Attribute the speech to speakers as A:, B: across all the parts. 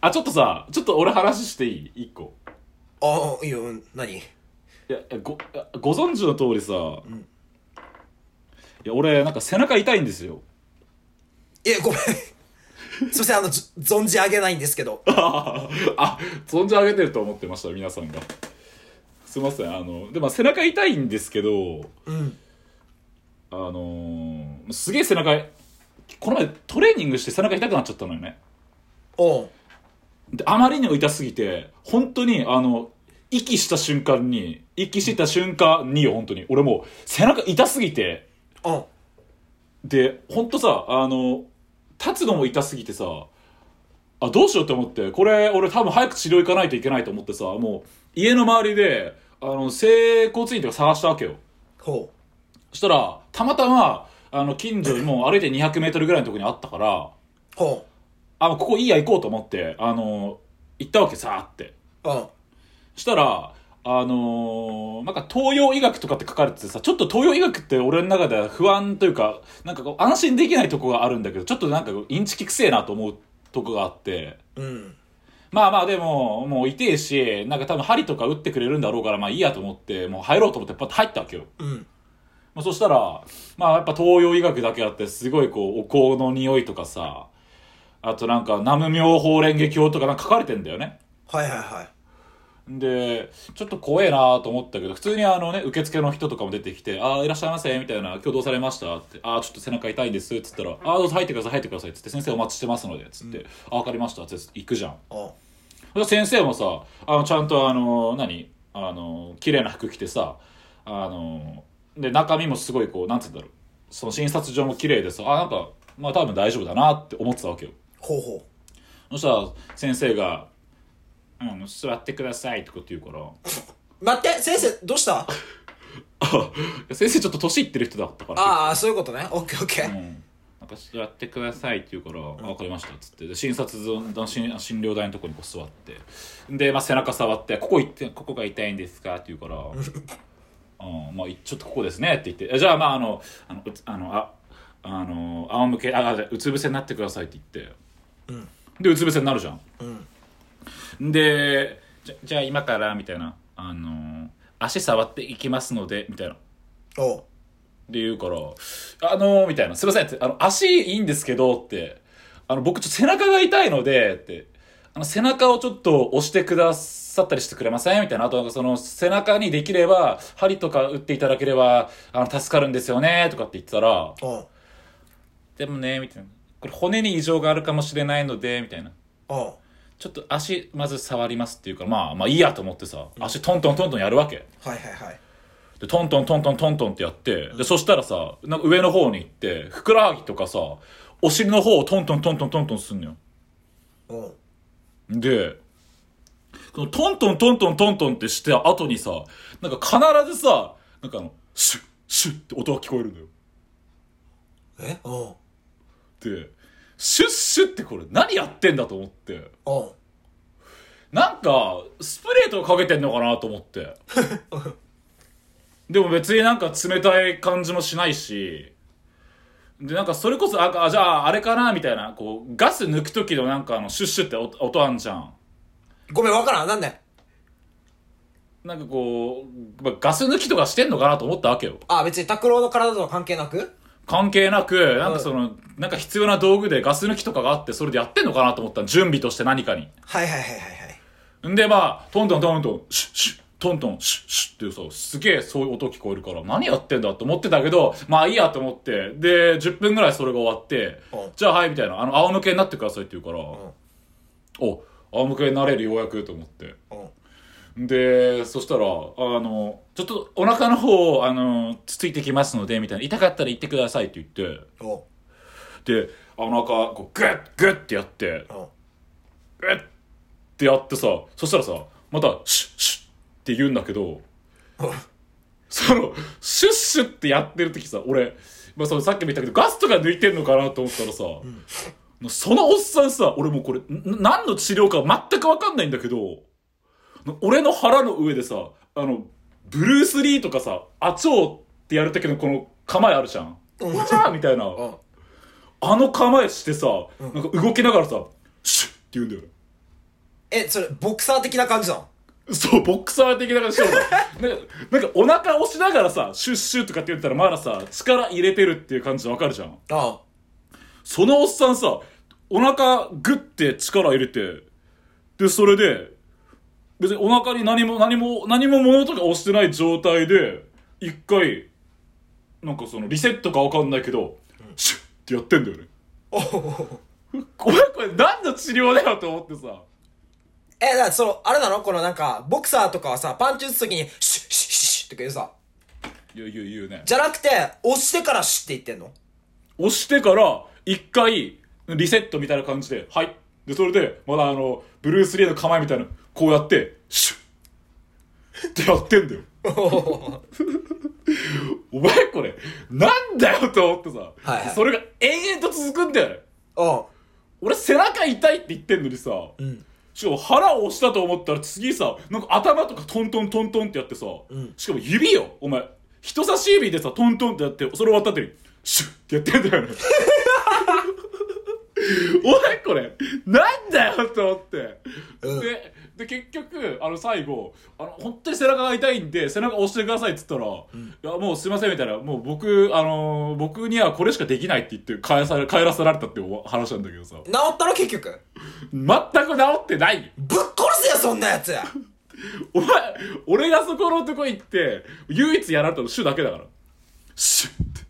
A: あ、ちょっとさ、ちょっと俺話していい一個。
B: ああいいようん何
A: いや、ご、ご存知の通りさ、
B: ん
A: いや、俺、なんか背中痛いんですよ。
B: いやごめんすいませんあの じ存じ上げないんですけど
A: あ、存じ上げてると思ってました、皆さんが。すいません、あの、でも背中痛いんですけど、
B: うん
A: あのー、すげえ背中、この前トレーニングして背中痛くなっちゃったのよね。
B: おう
A: で、あまりにも痛すぎて、本当に、あの、息した瞬間に、息した瞬間によ、本当に。俺もう、背中痛すぎて、
B: おう
A: で、ほんとさ、あの、立つのも痛すぎてさ、あ、どうしようって思って、これ、俺多分早く治療行かないといけないと思ってさ、もう、家の周りで、あの、整骨院とか探したわけよ。
B: ほ
A: そしたら、たまたま、あの、近所にもう歩いて200メートルぐらいのところにあったから、
B: うほ
A: あ、ここいいや行こうと思って、あの、行ったわけさーって。
B: ううん
A: したら、あのーなんか東洋医学とかって書かれててさ、ちょっと東洋医学って俺の中では不安というか、なんかこう安心できないとこがあるんだけど、ちょっとなんかインチキくせえなと思うとこがあって、
B: うん
A: まあまあでも、もう痛えし、なんか多分針とか打ってくれるんだろうから、まあいいやと思って、もう入ろうと思ってパッと入ったわけよ。
B: うん
A: まあ、そしたら、まあやっぱ東洋医学だけあって、すごいこう、お香の匂いとかさ、あとなんか、南無妙法蓮華経とかなんか書かれてんだよね。
B: はいはいはい
A: で、ちょっと怖えなと思ったけど、普通にあのね、受付の人とかも出てきて、ああ、いらっしゃいませ、みたいな、今日どうされましたって、ああ、ちょっと背中痛いんです、つったら、ああ、どうぞ入ってください、入ってください、つって、先生お待ちしてますので、つって、ああ、わかりました、つって、行くじゃん。
B: おう
A: で先生もさ、あの、ちゃんとあの、何あの、綺麗な服着てさ、あの、で、中身もすごいこう、なんつうんだろう、その診察所も綺麗でさ、あなんか、まあ多分大丈夫だなって思ってたわけよ。
B: ほうほ
A: そしたら、先生が、うん、座ってくださいってこと言うから、
B: う待って先生どうした
A: あ 先生ちょっと年いってる人だったから
B: ああそういうことねオッケーオッケ
A: う
B: ー
A: ん、なんかやってくださいって言うから「あ分かりました」っつってで診察の診診療台のとこにこう座ってで、まあ、背中触って「ここ行ってここが痛いんですか?」って言う から「うんまあ、いちょっとここですね」って言ってえ「じゃあまああのあのうつあのああの仰向けああじゃあうつ伏せになってください」って言って、
B: ん
A: でうつ伏せになるじゃん。
B: うん
A: でじゃじゃあ今からみたいな「あの足触っていきますので」みたいな。
B: おう
A: で言うから、あのー、みたいな、すいませんって、あの、足いいんですけどって、あの、僕ちょっと背中が痛いので、って、あの、背中をちょっと押してくださったりしてくれませんみたいな、あとなんかその、背中にできれば、針とか打っていただければ、あの、助かるんですよね、とかって言ってたら、
B: おう
A: でもね、みたいな、これ骨に異常があるかもしれないので、みたいな。
B: おう
A: ちょっと足、まず触りますっていうから、まあ、まあいいやと思ってさ、足トントントントンやるわけ。
B: はいはいはい
A: でトントントントントントンってやって、でそしたらさなんか上の方に行ってふくらはぎとかさお尻の方をトントントントントントンすんのよ
B: おう
A: でそのトントントントントントンってして後にさなんか必ずさなんかあのシュッシュッって音が聞こえるのよ
B: えおう
A: でシュッシュッってこれ何やってんだと思って
B: おう
A: なんかスプレーとかかけてんのかなと思ってでも別になんか冷たい感じもしないしでなんかそれこそああじゃああれかなみたいなこうガス抜く時のなんかあのシュッシュって音音あんじゃん
B: ごめんわからんなんで
A: なんかこう、まあ、ガス抜きとかしてんのかなと思ったわけよ
B: あ別に拓郎の体とは関係なく
A: 関係なくなんかその、なんか必要な道具でガス抜きとかがあってそれでやってんのかなと思ったの準備として何かに
B: はいはいはいはいはい
A: んでまあトントントントンシュッシュットントンシュッシュッっていうさすげえそういう音聞こえるから何やってんだと思ってたけどまあいいやと思ってで10分ぐらいそれが終わって
B: うん
A: じゃあはいみたいなあの仰向けになってくださいって言うから、お仰向けになれるようやくと思って
B: おう
A: でそしたらあのちょっとお腹の方をあのつついてきますのでみたいな痛かったら言ってくださいって言っ
B: おう
A: てでお腹こうグッグッってやって
B: おう
A: えっってやってさそしたらさまたシュッシュッって言うんだけどそのシュッシュッってやってる時さ俺、まあ、そのさっきも言ったけどガスとか抜いてんのかなと思ったらさ、そのおっさんさ俺もうこれん何の治療か全く分かんないんだけど俺の腹の上でさあのブルース・リーとかさ「アチョー」ってやる時のこの構えあるじゃん「
B: うん
A: おじゃー」みたいな
B: おう
A: あの構えしてさなんか動きながらさ「シュッ」って言うんだよね
B: え、それ、ボクサー的な感じなの
A: そう、ボクサー的な感じでしょ。なんか、なんかお腹押しながらさ、シュッシュとかって言ってたらまださ、力入れてるっていう感じわかるじゃん。
B: あ
A: そのおっさんさ、お腹グッて力入れて、で、それで、別にお腹に何も、何も、何も物とか押してない状態で、一回、なんかそのリセットかわかんないけど、シュッってやってんだよね。
B: あ。お
A: これ、これ何の治療だよと思ってさ。
B: え、だからその、あれなのこのなんか、ボクサーとかはさ、パンチ打つときに、シュッシュッシュッとか言うさ。
A: いや、言う、言うね。
B: じゃなくて、押してからシュッって言ってんの
A: 押してから、一回、リセットみたいな感じで、はい。で、それで、まだあの、ブルース・リーの構えみたいな、こうやって、シュッってやってんだよ。お前これ、なんだよと思ってさ、
B: はいはい
A: それが延々と続くんだよね。
B: うん。
A: 俺背中痛いって言ってんのにさ、
B: ん
A: しかも腹を押したと思ったら次さ、なんか頭とかトントントントンってやってさ、
B: ん
A: しかも指よ、お前。人差し指でさ、トントンってやって、それ終わった後に、シュッってやってんだよ ね。お前これ、なんだよと思って。
B: うん
A: で、で、結局、あの、最後、あの、本当に背中が痛いんで、背中押してくださいって言ったら、いや、もうすいませんみたいな、もう僕、あのー僕にはこれしかできないって言って、帰され、帰らせられたってお話なんだけどさ。
B: 治ったの結局。
A: 全く治ってないよ
B: ぶっ殺せよ、そんなやつ
A: お前俺がそこのとこ行って唯一やられたのシュだけだからシュって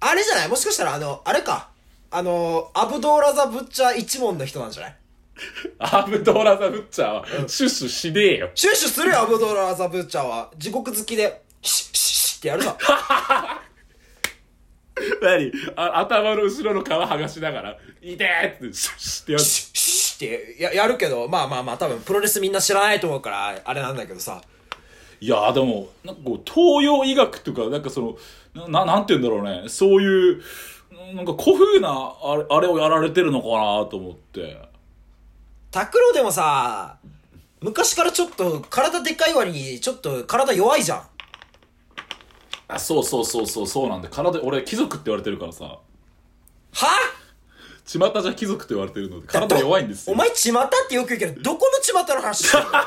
B: あれじゃないもしかしたら、あの、あれか。あの、アブドーラザ・ブッチャー一門の人なんじゃない
A: アブドーラザ・ブッチャーはシュッシュしねえよ
B: シュッシュするよ、アブドーラザ・ブッチャーは。地獄好きで、シュッシュッシュッってやるさ。
A: 何あ頭の後ろの皮剥がしながら「いてー!」ってシュッシュってやる
B: シュッシュッシュッってややるけど、まあまあまあ、多分プロレスみんな知らないと思うから、あれなんだけどさ。
A: いやでもなんかこう東洋医学とかなんかそのなななんて言うんだろうねそういうなんか古風なあれあれをやられてるのかなと思って
B: タクロでもさ、昔からちょっと体でかい割にちょっと体弱いじゃん。
A: あそうそうそうそうそうなんで体俺貴族って言われてるからさ
B: は
A: 巷じゃ貴族と言われてるので体弱いん ですよ
B: お前、巷ってよく言うけど、どこの巷の話してんの
A: いや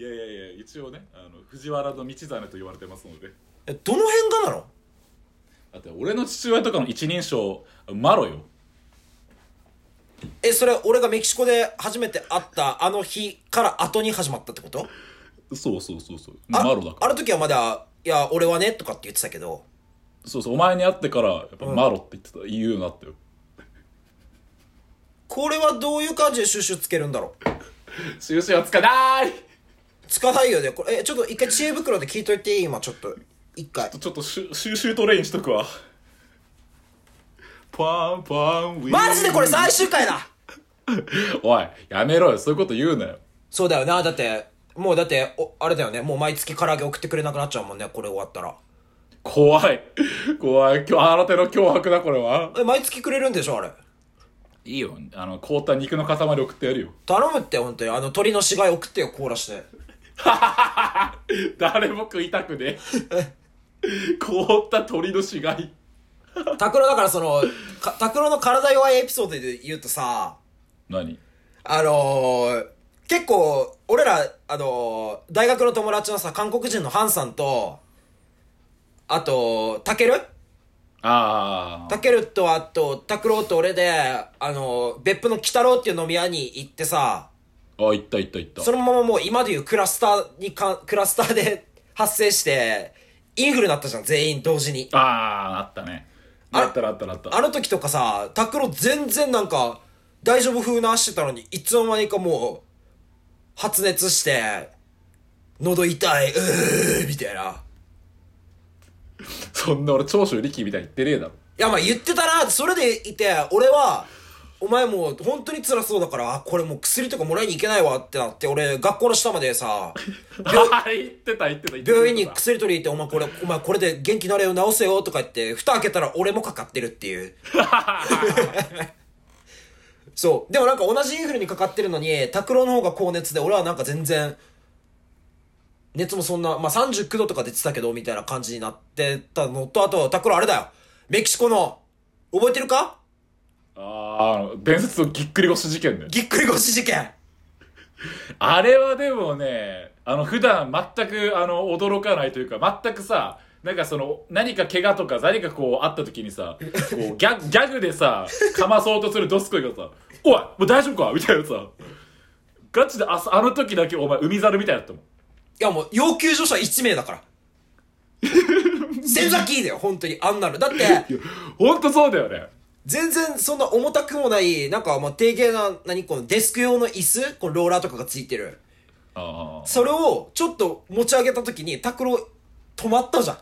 A: いやいや一応ねあの藤原の道真と言われてますので
B: えどの辺がなの
A: だって俺の父親とかの一人称マロよ
B: え、それ俺がメキシコで初めて会ったあの日から後に始まったってこと
A: そうそうそうそう
B: あ
A: マロだか
B: あの時はまだ、いや、俺はね、とかって言ってたけど、
A: らそうそうお前に会ってからやっぱマロって言ってた、言うようになったよ
B: これはどういう感じでシュッシュつけるんだろう
A: 印はつかない
B: つかないよね。これ、え、ちょっと一回知恵袋で聞いといていい今ちょっと。一回。
A: ちょっとしゅ収集トレインしとくわパンパンウィー
B: マジでこれ最終回だ
A: おいやめろよそういうこと言うなよ
B: そうだよな。だって、もうだって、おあれだよね。もう毎月唐揚げ送ってくれなくなっちゃうもんね。これ終わったら。
A: 怖い怖い今日新手の脅迫だこれは
B: え、毎月くれるんでしょあれ。
A: いいよあの凍った肉の塊送ってやるよ
B: 頼むって、本当に。あの、鳥の死骸送ってよ、凍らして。
A: 誰も食いたくねえ凍った鳥の死骸
B: 拓郎だからその、か拓郎の体弱いエピソードで言うとさ、
A: 何
B: あのー、結構、俺ら、あのー、大学の友達のさ、韓国人のハンさんと、あと、タケル
A: ああ
B: タケルとあと、タクロウと俺で、あの、別府の鬼太郎っていう飲み屋に行ってさ、
A: あ行った行った行った
B: そのままもう今でいうクラスターにか、クラスターで 発生して、インフルなったじゃん、全員同時に。
A: あああったねあったらあったらあった
B: あの時とかさ、タクロウ全然なんか、大丈夫風な足してたのに、いつの間にかもう、発熱して、喉痛い、うーみたいな。
A: そんな俺長州力みたいに言ってねえだろ
B: いや、まあ言ってたな、それでいて、俺は、お前もう本当に辛そうだから、あこれもう薬とかもらいに行けないわってなって、俺学校の下まで さ、
A: あー言ってた言ってた言ってた
B: 病院に薬取りに行って、お前これ、お前これで元気なれよ治せよとか言って、蓋開けたら俺もかかってるっていう。そう。でもなんか同じインフルにかかってるのに、拓郎の方が高熱で、俺はなんか全然、熱もそんな、まあ、39度とか出てたけど、みたいな感じになってたのと、あと、拓郎あれだよ。メキシコの、覚えてるか
A: ああ、伝説のぎっくり腰事件ね。
B: ぎっくり腰事件
A: あれはでもね、あの、普段全く、あの、驚かないというか、全くさ、なんかその、何か怪我とか、何かこう、あった時にさ、こうギャギャグ でさ、かまそうとするドスコイがさ、おいもう大丈夫かみたいなさ、ガチであ、あの時だけお前、海猿みたいだったもん。
B: いやもう、要求助者1名だから。千崎だよ、本当に。あんなの。だって、
A: ほんとそうだよね。
B: 全然そんな重たくもない、なんかまあ、定型な、何、このデスク用の椅子このローラーとかがついてる。
A: ああ。
B: それを、ちょっと持ち上げた時に、拓郎、止まったじゃん。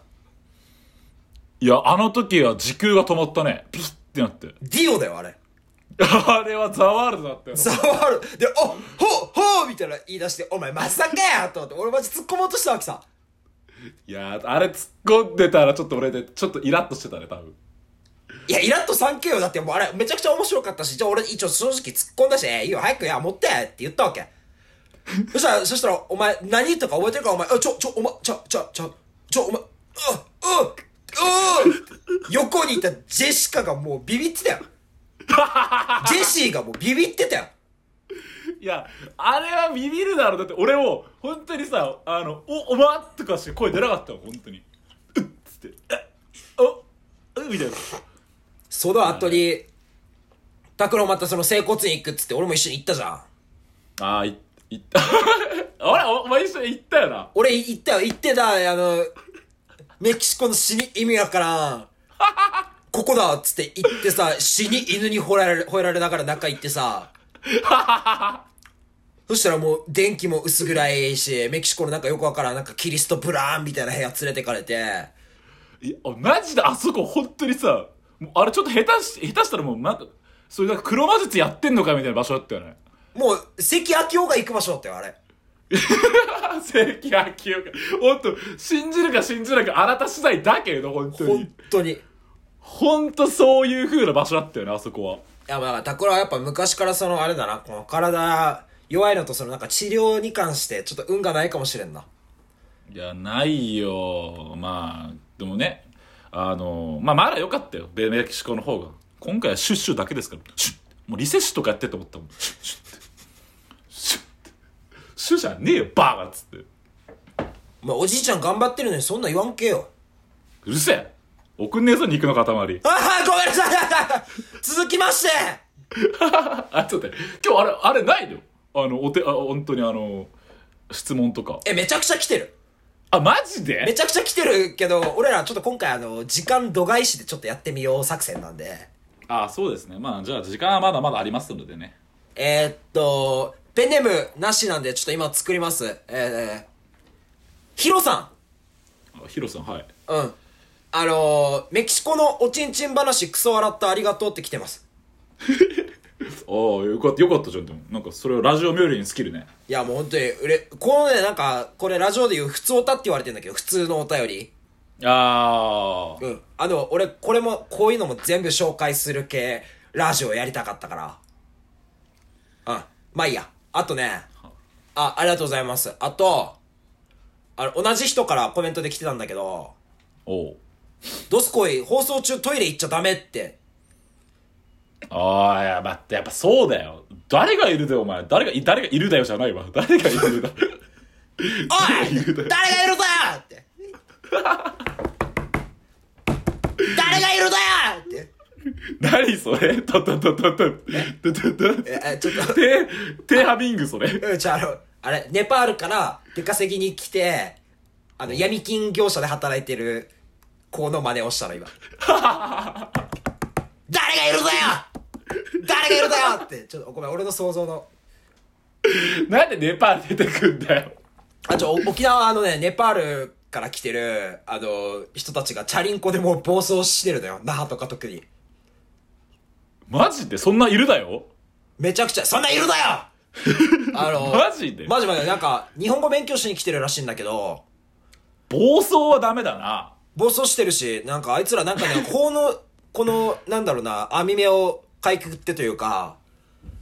A: いや、あの時は時空が止まったね。ピッってなって。
B: ディオだよ、あれ。
A: あれはザワールドだったよ。
B: ザワールで、あほほみたいな言い出して、お前まさかやと思って、俺マジ突っ込もうとしたわけさ。
A: いやー、あれ突っ込んでたらちょっと俺で、ちょっとイラッとしてたね、多分。
B: いや、イラッと3級よ。だってもうあれ、めちゃくちゃ面白かったし、じゃあ俺一応正直突っ込んだし、えいいよ、早くいや、持ってって言ったわけ。 そしたら、そしたら、お前、何言ったか覚えてるかお前、あ、ちょ、ちょ、お前、ちょ、ちょ、ちょ、ちょ、お前、う、う、う、横にいたジェシカがもうビビってたよ。ジェシーがもうビビってたよ。
A: いや、あれはビビるだろ。だって俺も、本当にさ、あの、お、おまっとかしか声出なかったもん、本当に。うっつって、え、お、うみたいな。
B: その後に、拓郎またその整骨院行くっつって、俺も一緒に行ったじゃん。
A: あー、い、いった。 あれ、おお前一緒に行ったよな。
B: 俺行ったよ、行ってた、あの、メキシコの死に意味わからん。ここだっつって行ってさ、死に犬に吠えられ、吠えられながら中行ってさ。そしたらもう電気も薄暗いし、メキシコのなんかよくわからん、なんかキリストブラーンみたいな部屋連れてかれて。
A: いや、マジであそこ本当にさ、もうあれちょっと下手し、下手したらもうなんか、そういうなんか黒魔術やってんのかみたいな場所だったよね。
B: もう、関明夫が行く場所だったよ、あれ。
A: 関明夫か。ほんと、信じるか信じないかあなた次第だけれど、本当
B: 本
A: に。
B: 当に。い
A: ほんとそういう風な場所だったよね、あそこは。
B: や、まあ、拓郎はやっぱ昔からその、あれだな、この体弱いのとそのなんか治療に関して、ちょっと運がないかもしれんな。
A: いや、ないよ。まあ、でもね、あの、まあ、まだ良かったよ。ベメキシコの方が。今回はシュッシュだけですから。シュッもうリセッシュとかやってと思ったもん。シュッシュッシュッシュッじゃねえよ、バーガーっつって。う
B: まあ、おじいちゃん頑張ってるのにそんな言わんけよ。
A: るせえ送んねえぞ、肉の塊。
B: ああ、ごめんなさい 続きまして
A: あ、ちょっと待って。今日あれ、あれないのよ。あの、お手、あ、本当にあの、質問とか。
B: え、めちゃくちゃ来てる。
A: あ、マジ
B: め
A: で
B: ちゃくちゃ来てるけど、俺らちょっと今回あの、時間度外視でちょっとやってみよう作戦なんで。
A: あ、そうですね。まあ、じゃあ時間はまだまだありますのでね。
B: えー、っと、ペンネームなしなんでちょっと今作ります。えー、ヒロさ
A: あヒロさん、はい。
B: ん。うん。あのー、メキシコのおちんちん話クソ笑ったありがとうって来てます。
A: ああ、よかった、よかったじゃん、でも。なんか、それをラジオミュールに尽きるね。
B: いやもう本当に、うれ、このね、なんか、これラジオで言う普通おたって言われてんだけど、普通のお便り。
A: ああ。
B: うん。あの、俺、これも、こういうのも全部紹介する系、ラジオやりたかったから。うん。まあいいや。あとね、あ、ありがとうございます。あと、あの、同じ人からコメントで来てたんだけど、
A: おう。
B: ドスコイ、放送中トイレ行っちゃダメって。
A: ああ、いや、待って、やっぱそうだよ。誰がいるだよ、お前。誰が、い誰がいるだよじゃないわ。誰がいるだ よ。
B: おい誰がいるだよって。誰がいるだよって。
A: 何それ たたたたた。たたた。
B: ええ、ちょっと。
A: 手、手ハミング、それ。
B: うん、じゃあ、あの、あれ、ネパールから出稼ぎに来て、あの、闇金業者で働いてる子の真似をしたの、今。 誰がいるんだよ誰がいるんだよって、ちょっとごめん、俺の想像の。
A: なんでネパール出てくんだよ。
B: あ、ちょ、お沖縄のね、ネパールから来てる、あの、人たちがチャリンコでもう暴走してるのよ。那覇とか特に。
A: マジでそんないるだよ
B: めちゃくちゃ、そんなんいるだよ あの、
A: マジで
B: マジマジ、なんか、日本語勉強しに来てるらしいんだけど、
A: 暴走はダメだな。
B: 暴走してるし、なんかあいつらなんかね、この、この、なんだろうな、網目をかいくぐってというか、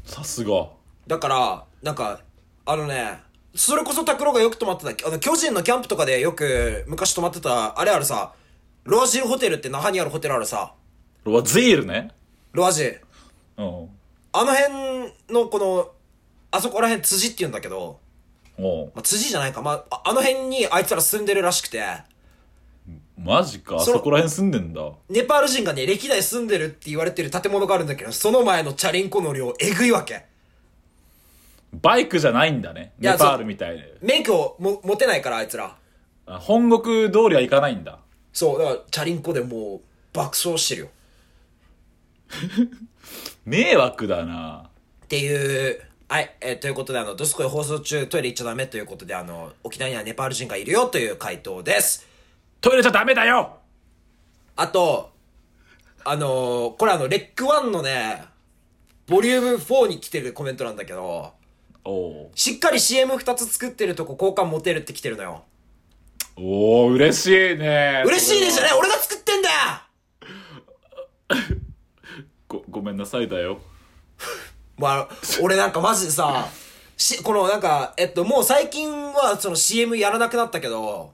A: さすが。
B: だから、なんか、あのね、それこそ拓郎がよく泊まってた、あの、巨人のキャンプとかでよく昔泊まってた、あれあるさ、ロアジーホテルって那覇にあるホテルあるさ、
A: ロワゼールね。
B: ロアジー。
A: うん
B: あの辺のこの、あそこら辺辻って言うんだけど、
A: おう
B: まあ、辻じゃないか、まあ、ああの辺にあいつら住んでるらしくて、
A: マジかあ
B: その
A: そこら辺住んでんだ
B: ネパール人がね、歴代住んでるって言われてる建物があるんだけど、その前のチャリンコの量、えぐいわけ。
A: バイクじゃないんだね
B: や
A: ネパールみたいで
B: 免許をも持てないから、あいつら。
A: あ本国通りは行かないんだ
B: そう、だから、チャリンコでもう、爆走してるよ。
A: 迷惑だな
B: っていう、はい、えーということで、あの、どすこい放送中、トイレ行っちゃダメということで、あの、沖縄にはネパール人がいるよという回答です。
A: トイレじゃダメだよ
B: あと、あのーこれあの、レック1のね、ボリューム4に来てるコメントなんだけど、
A: おう
B: しっかり CM2 つ作ってるとこ好感持てるって来てるのよ。
A: おー嬉しいね
B: 嬉しいねじゃ
A: ね
B: ねえ俺が作ってんだよ
A: ごごめんなさいだよ
B: まあ、俺なんかマジでさ、し、このなんか、えっと、もう最近はその CM やらなくなったけど、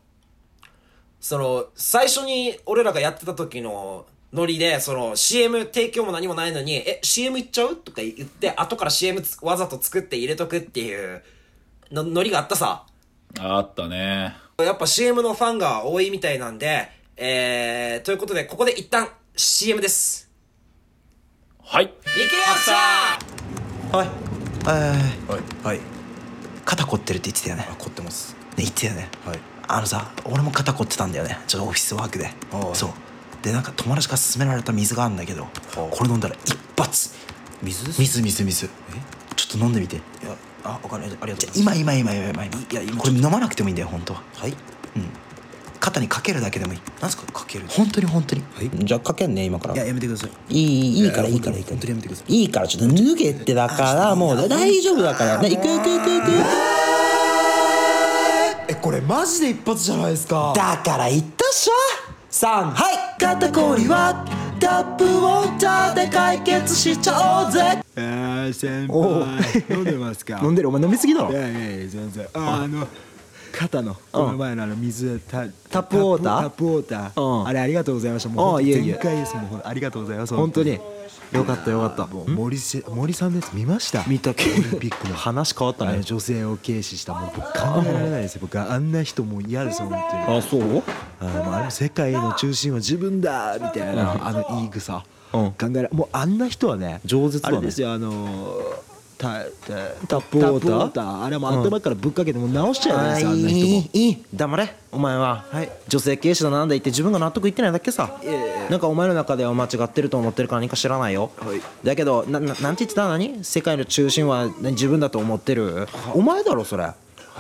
B: その、最初に俺らがやってた時のノリで、その CM 提供も何もないのに、え、CM いっちゃうとか言って、後から CM つわざと作って入れとくっていうのノリがあったさ。
A: あったね
B: やっぱ CM のファンが多いみたいなんで、えー、ということで、ここで一旦 CM です。
A: はい
B: いけよっしゃー
C: はいはい
D: はいはい
C: 肩凝ってるって言ってたよね
D: あ凝ってます
C: ね言ってたよね
D: はい
C: あのさ俺も肩凝ってたんだよねちょっとオフィスワークで
D: ああ
C: そうでなんか友達から勧められた水があるんだけど
D: あ
C: これ飲んだら一発
D: 水です
C: 水水水ちょっと飲んでみて
D: いやあわかんないありが
C: じ
D: と
C: ゃ
D: うご
C: あ
D: ざいます
C: 今今今今今今
D: いや今
C: これ飲まなくてもいいんだよ本当は
D: はい
C: うん肩にかけるだけでもいい
D: 何すかかける
C: 本当に本当に、
D: はい
C: じゃあかけんね今から
D: いややめてください
C: いいいいから
D: いや
C: いいからいいから
D: 本当にやめてくださ
C: いいからちょっと脱げってだからもう大丈夫だからね行く行く行く行く
D: えこれマジで一発じゃないですか
C: だから言ったっしょさんはい肩こりはタップウォーターで解決しちゃおうぜ
E: あー先
C: お
E: 輩飲んでます か
C: 飲んでるお前飲みすぎだろ
E: いやいやいや全然あーあの肩のこの前のあの水タ
C: タップウォーター
E: タップウォーター、
C: うん
E: あれありがとうございましたもう
C: あーいえいえ
E: 全開ですもうほんとありがとうございます
C: 本当によかったよかった
E: もう森せ森さんのやつ見ました
C: 見た
E: オリンピックの
C: 話変わった
E: あの
C: ね
E: 女性を軽視したもう僕考えられないですよ僕あんな人もう嫌です本当に
C: あそう
E: あーもうあの世界の中心は自分だみたいなあの言い草
C: うん
E: 考えらもうあんな人はね
C: 饒舌だ
E: あ
C: ね
E: れですよあのータ
C: タ
E: タ
C: ップウォーター
E: あれも頭からぶっかけてもう直しちゃう
C: あ
E: ん
C: ー
E: ですよあんない人も
C: いいい黙れお前は、
E: はい
C: 女性軽視だなんだ言って自分が納得いってないだけさ
E: いやいやいや
C: なんかお前の中では間違ってると思ってるから何か知らないよ、
E: はい
C: だけどなななんて言ってた何世界の中心は何自分だと思ってるお前だろそれ
E: は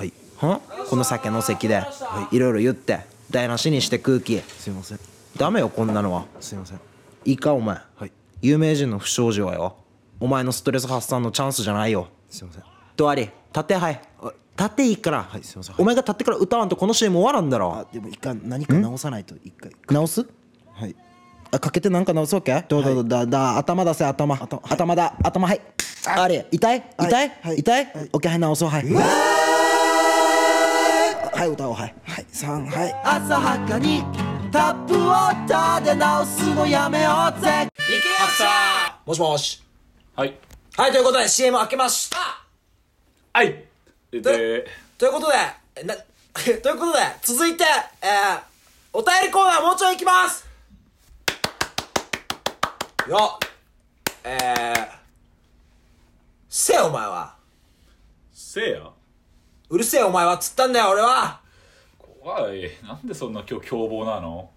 E: い
C: はこの酒の席で、い、ろいろ言って台無しにして空気
E: すいません
C: ダメよこんなのは
E: すいません
C: いいかお前、
E: はい
C: 有名人の不祥事はよお前のストレス発散のチャンスじゃないよ
E: すいません
C: とあり立てはい立っていいから、
E: はいすいませんはい
C: お前が立ってから歌わんとこの CM 終わらんだろ
E: でも一回何か直さないと一回
C: 直す
E: はい
C: あかけてなんか直すわけどうだどうだ、だ頭出せ頭頭,、だ頭はいあれ痛い痛い、
E: はい
C: 痛い、オッケーはい直そうはい、はい歌おうはいはい3はい浅はかにタップウォーターで直すのやめようぜ
B: いけよっしゃーもしもし。
A: はい
B: はい、ということで CM 開けました
A: はいで
B: ということで、えな、 ということで、続いて、えー、お便りコーナーもうちょい行きますよっえー、せえお前は。
A: せいや
B: うるせえお前はっつったんだよ俺は
A: 怖いなんでそんな今日凶暴なの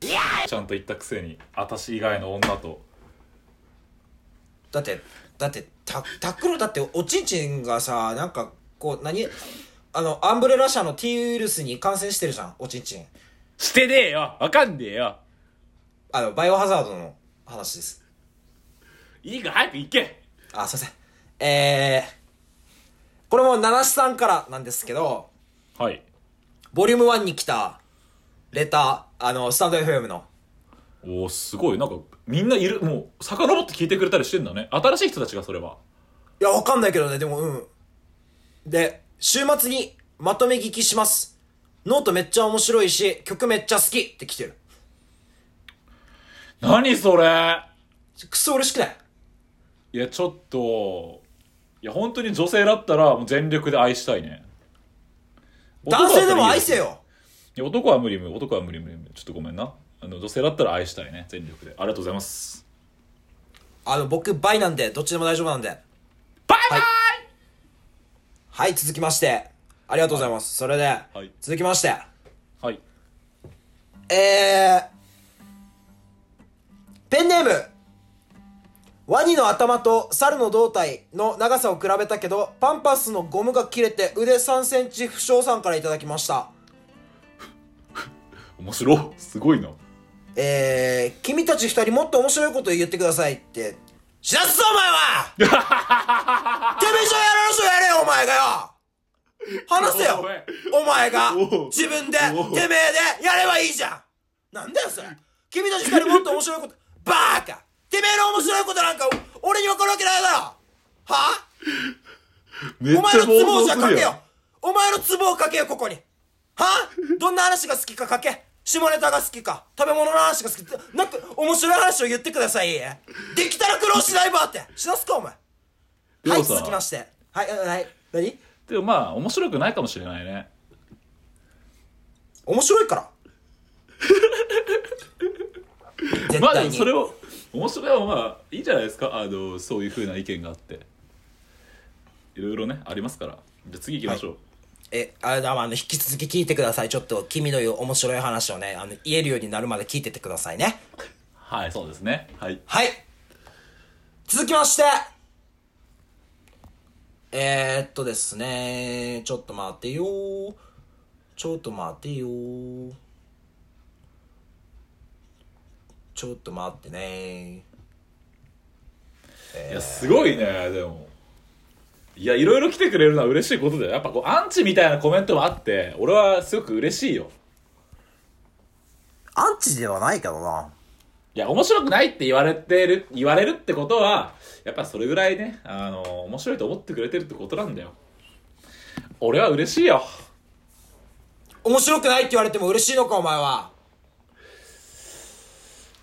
A: ちゃんと言ったくせに私以外の女と
B: だって、だって、タタックルだっておちんちんがさ、なんか、こう、何あの、アンブレラ社の T ウイルスに感染してるじゃん、おちんちん。
A: してねえよわかんねえよ
B: あの、バイオハザードの話です。
A: いいから早く行け
B: あ、すいません。えー、これも七七さんからなんですけど、
A: はい
B: ボリューム1に来たレター、あの、スタンド FM の。
A: おおすごいなんかみんないるもう遡って聞いてくれたりしてんだね新しい人たちがそれはい
B: や、わかんないけどね、でもうん。で、週末にまとめ聞きします。ノートめっちゃ面白いし、曲めっちゃ好きって来てる。
A: 何それ
B: くそ嬉しくない
A: いやちょっといや本当に女性だったらもう全力で愛したいね
B: 男性でも愛せよ
A: いや男は無理無理男は無理無理無理ちょっとごめんなあの女性だったら愛したいね全力でありがとうございます
B: あの僕バイなんでどっちでも大丈夫なんで
A: バイバイ、
B: はい続きましてありがとうございますそれで、
A: はい
B: 続きまして
A: はい、
B: えー、ペンネームワニの頭と猿の胴体の長さを比べたけどパンパスのゴムが切れて腕3センチ負傷さんからいただきました
A: 面白すごいな
B: えー、君たち二人もっと面白いこと言ってくださいって。知らすぞお前はてめえじ ゃやらなしょやれよお前がよ話せよお前が
A: おう
B: 自分でて
A: おう
B: めえでやればいいじゃんなんだよそれ君たち二人もっと面白いこと、バーカてめえの面白いことなんか俺に分かるわけないだろはあ
A: めっち
B: お前の
A: ゃ
B: ツ
A: 暴
B: ボをじゃ
A: 走
B: か
A: する
B: け
A: や
B: よお前のツボをかけよここにはどんな話が好きかかけ下ネタが好きか食べ物の話が好きなんか面白い話を言ってくださいできたら苦労しないばってしなすかお前
A: で
B: はい
A: もさ
B: 続きましてはいあはい何
A: んでもまあ面白くないかもしれないね
B: 面白いから絶
A: まあで
B: 対
A: も
B: に、
A: それを面白いはまあいいじゃないですかあのそういうふうな意見があっていろいろねありますからじゃあ次行きましょう、
B: えあれだあの引き続き聞いてくださいちょっと君の言う面白い話をねあの言えるようになるまで聞いててくださいね
A: はい、そうですね。はい。
B: はい。続きまして。えー、っとですね。ちょっと待ってよー。ちょっと待ってよー。ちょっと待ってねー。
A: いや、すごいね、でも。いや、いろいろ来てくれるのは嬉しいことだよ。やっぱこう、アンチみたいなコメントもあって、俺はすごく嬉しいよ。
B: アンチではないけどな。
A: いや、面白くないって言われてる、言われるってことは、やっぱそれぐらいね、あの、面白いと思ってくれてるってことなんだよ。俺は嬉しいよ。
B: 面白くないって言われても嬉しいのか、お前は。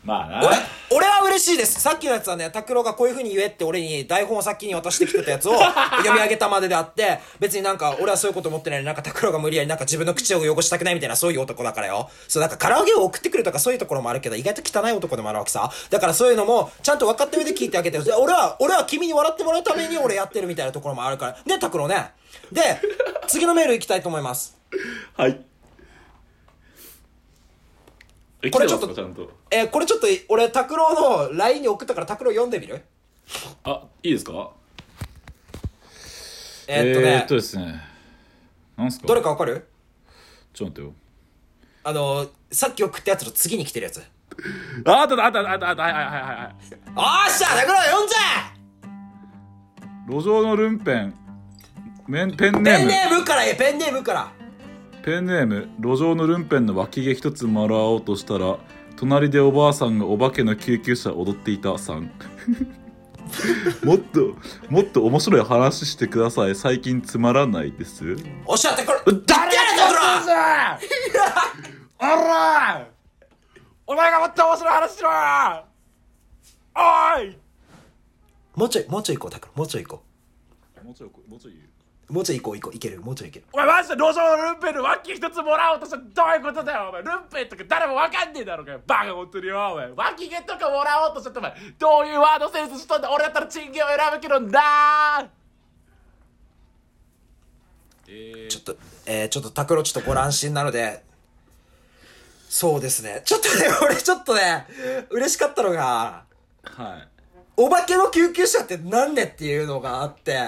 A: まあな。
B: 俺、俺は嬉しいです。さっきのやつはね、拓郎がこういう風に言えって俺に台本を先に渡してきてたやつを 読み上げたまでであって、別になんか俺はそういうこと思ってないのになんか拓郎が無理やりなんか自分の口を汚したくないみたいなそういう男だからよ。そうなんか唐揚げを送ってくるとかそういうところもあるけど、意外と汚い男でもあるわけさ。だからそういうのもちゃんと分かった上で聞いてあげてよ。で俺は、俺は君に笑ってもらうために俺やってるみたいなところもあるから。ね、拓郎ね。で、次のメール行きたいと思います。
A: はい。え、
B: こ
A: 来
B: れ
A: て
B: ち
A: ま
B: ょ
A: す
B: っと
A: か、ちゃんと。
B: えーこれちょっと俺拓郎の LINE に送ったから拓郎読んでみる
A: あ、いいですか
B: えーっとね、
A: ですね。なんすか
B: どれかわかる
A: ちょっと待ってよ。
B: あの、さっき送ったやつの次に来てるやつ。
A: あ、あったあったあったあった、はいはいはいはいはい。
B: おーっしゃだから読んじゃ
A: 路上のルンペンメンペンネ
B: え
A: ー
B: ペン
A: ム
B: ネームからえペンネームから
A: ペンネーム路上のルンペンの脇毛一つもらおうとしたら隣でおばあさんがお化けの救急車を踊っていたさ んもっともっと面白い話してください最近つまらないです
B: おっしゃだから誰やれだから
A: だおらお前がもっと面白い話しろおい
B: もうちょい、もうちょい行こう、だからもうちょい行こ
A: もうちょいもうちょい言う
B: う。もうちょい行こう、行こう、いける、もうちょいいける。
A: お前マジで路上のルンペンのワッキー一つもらおうとしたらどういうことだよお前ルンペンとか誰もわかんねえだろうがよバカ本当によお前ワッキーとかもらおうとしたってお前どういうワードセンスしとんだ俺だったらチンゲンを選ぶけどなえ
B: ちょっと、えー、ちょっと拓郎ちょっとご乱心なので、そうですね。ちょっとね、 俺ちょっとね、嬉しかったのが、
A: はい
B: お化けの救急車って何ねっていうのがあって、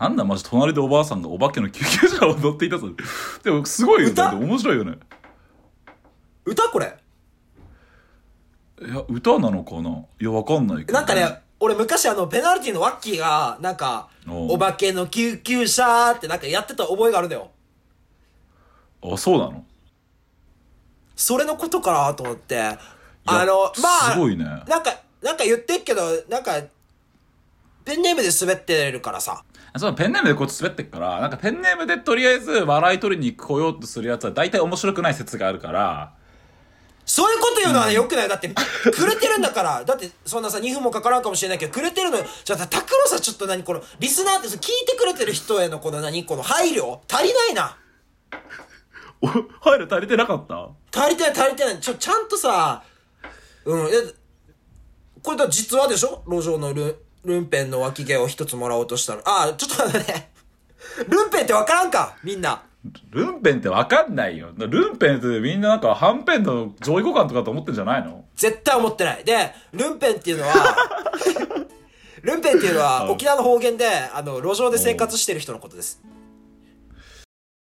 A: なんだマジ隣でおばあさんがお化けの救急車を乗っていたぞでもすごいよね
B: 歌
A: でも面白いよね
B: 歌これ
A: いや歌なのかないやわかんないけど
B: なんかね、俺昔あの、ペナルティのワッキーが、なんか、
A: おう
B: お化けの救急車ってなんかやってた覚えがあるんだよ。
A: あそうなの
B: それのことかなと思って。
A: いや
B: あの、まあ、
A: すごいね
B: なんか、なんか言ってっけど、なんか、ペンネームで滑ってるからさ。
A: そのペンネームでこうやって滑ってっから、なんかペンネームでとりあえず笑い取りに来ようとするやつは大体面白くない説があるから、
B: そういうこと言うのはね、よくないよだって、くれてるんだから。だって、そんなさ、2分もかからんかもしれないけど、くれてるのよ。じゃあ、タクロさ、ちょっと何この、リスナーって、その聞いてくれてる人へのこの何この配慮足りないな。
A: お 入る足りてなかった
B: 足りてない足りてない。ちょ、ちゃんとさ、うん、いやこれだ、実話でしょ路上のルン、ルンペンの脇毛を一つもらおうとしたの。ああ、ちょっと待って ね。ルンペンってわからんかみんな。
A: ルンペンってわかんないよ。ルンペンってみんななんかはんぺんの上位互換とかと思ってんじゃないの
B: 絶対思ってない。で、ルンペンっていうのは、ルンペンっていうのは沖縄の方言で、あの、路上で生活してる人のことです。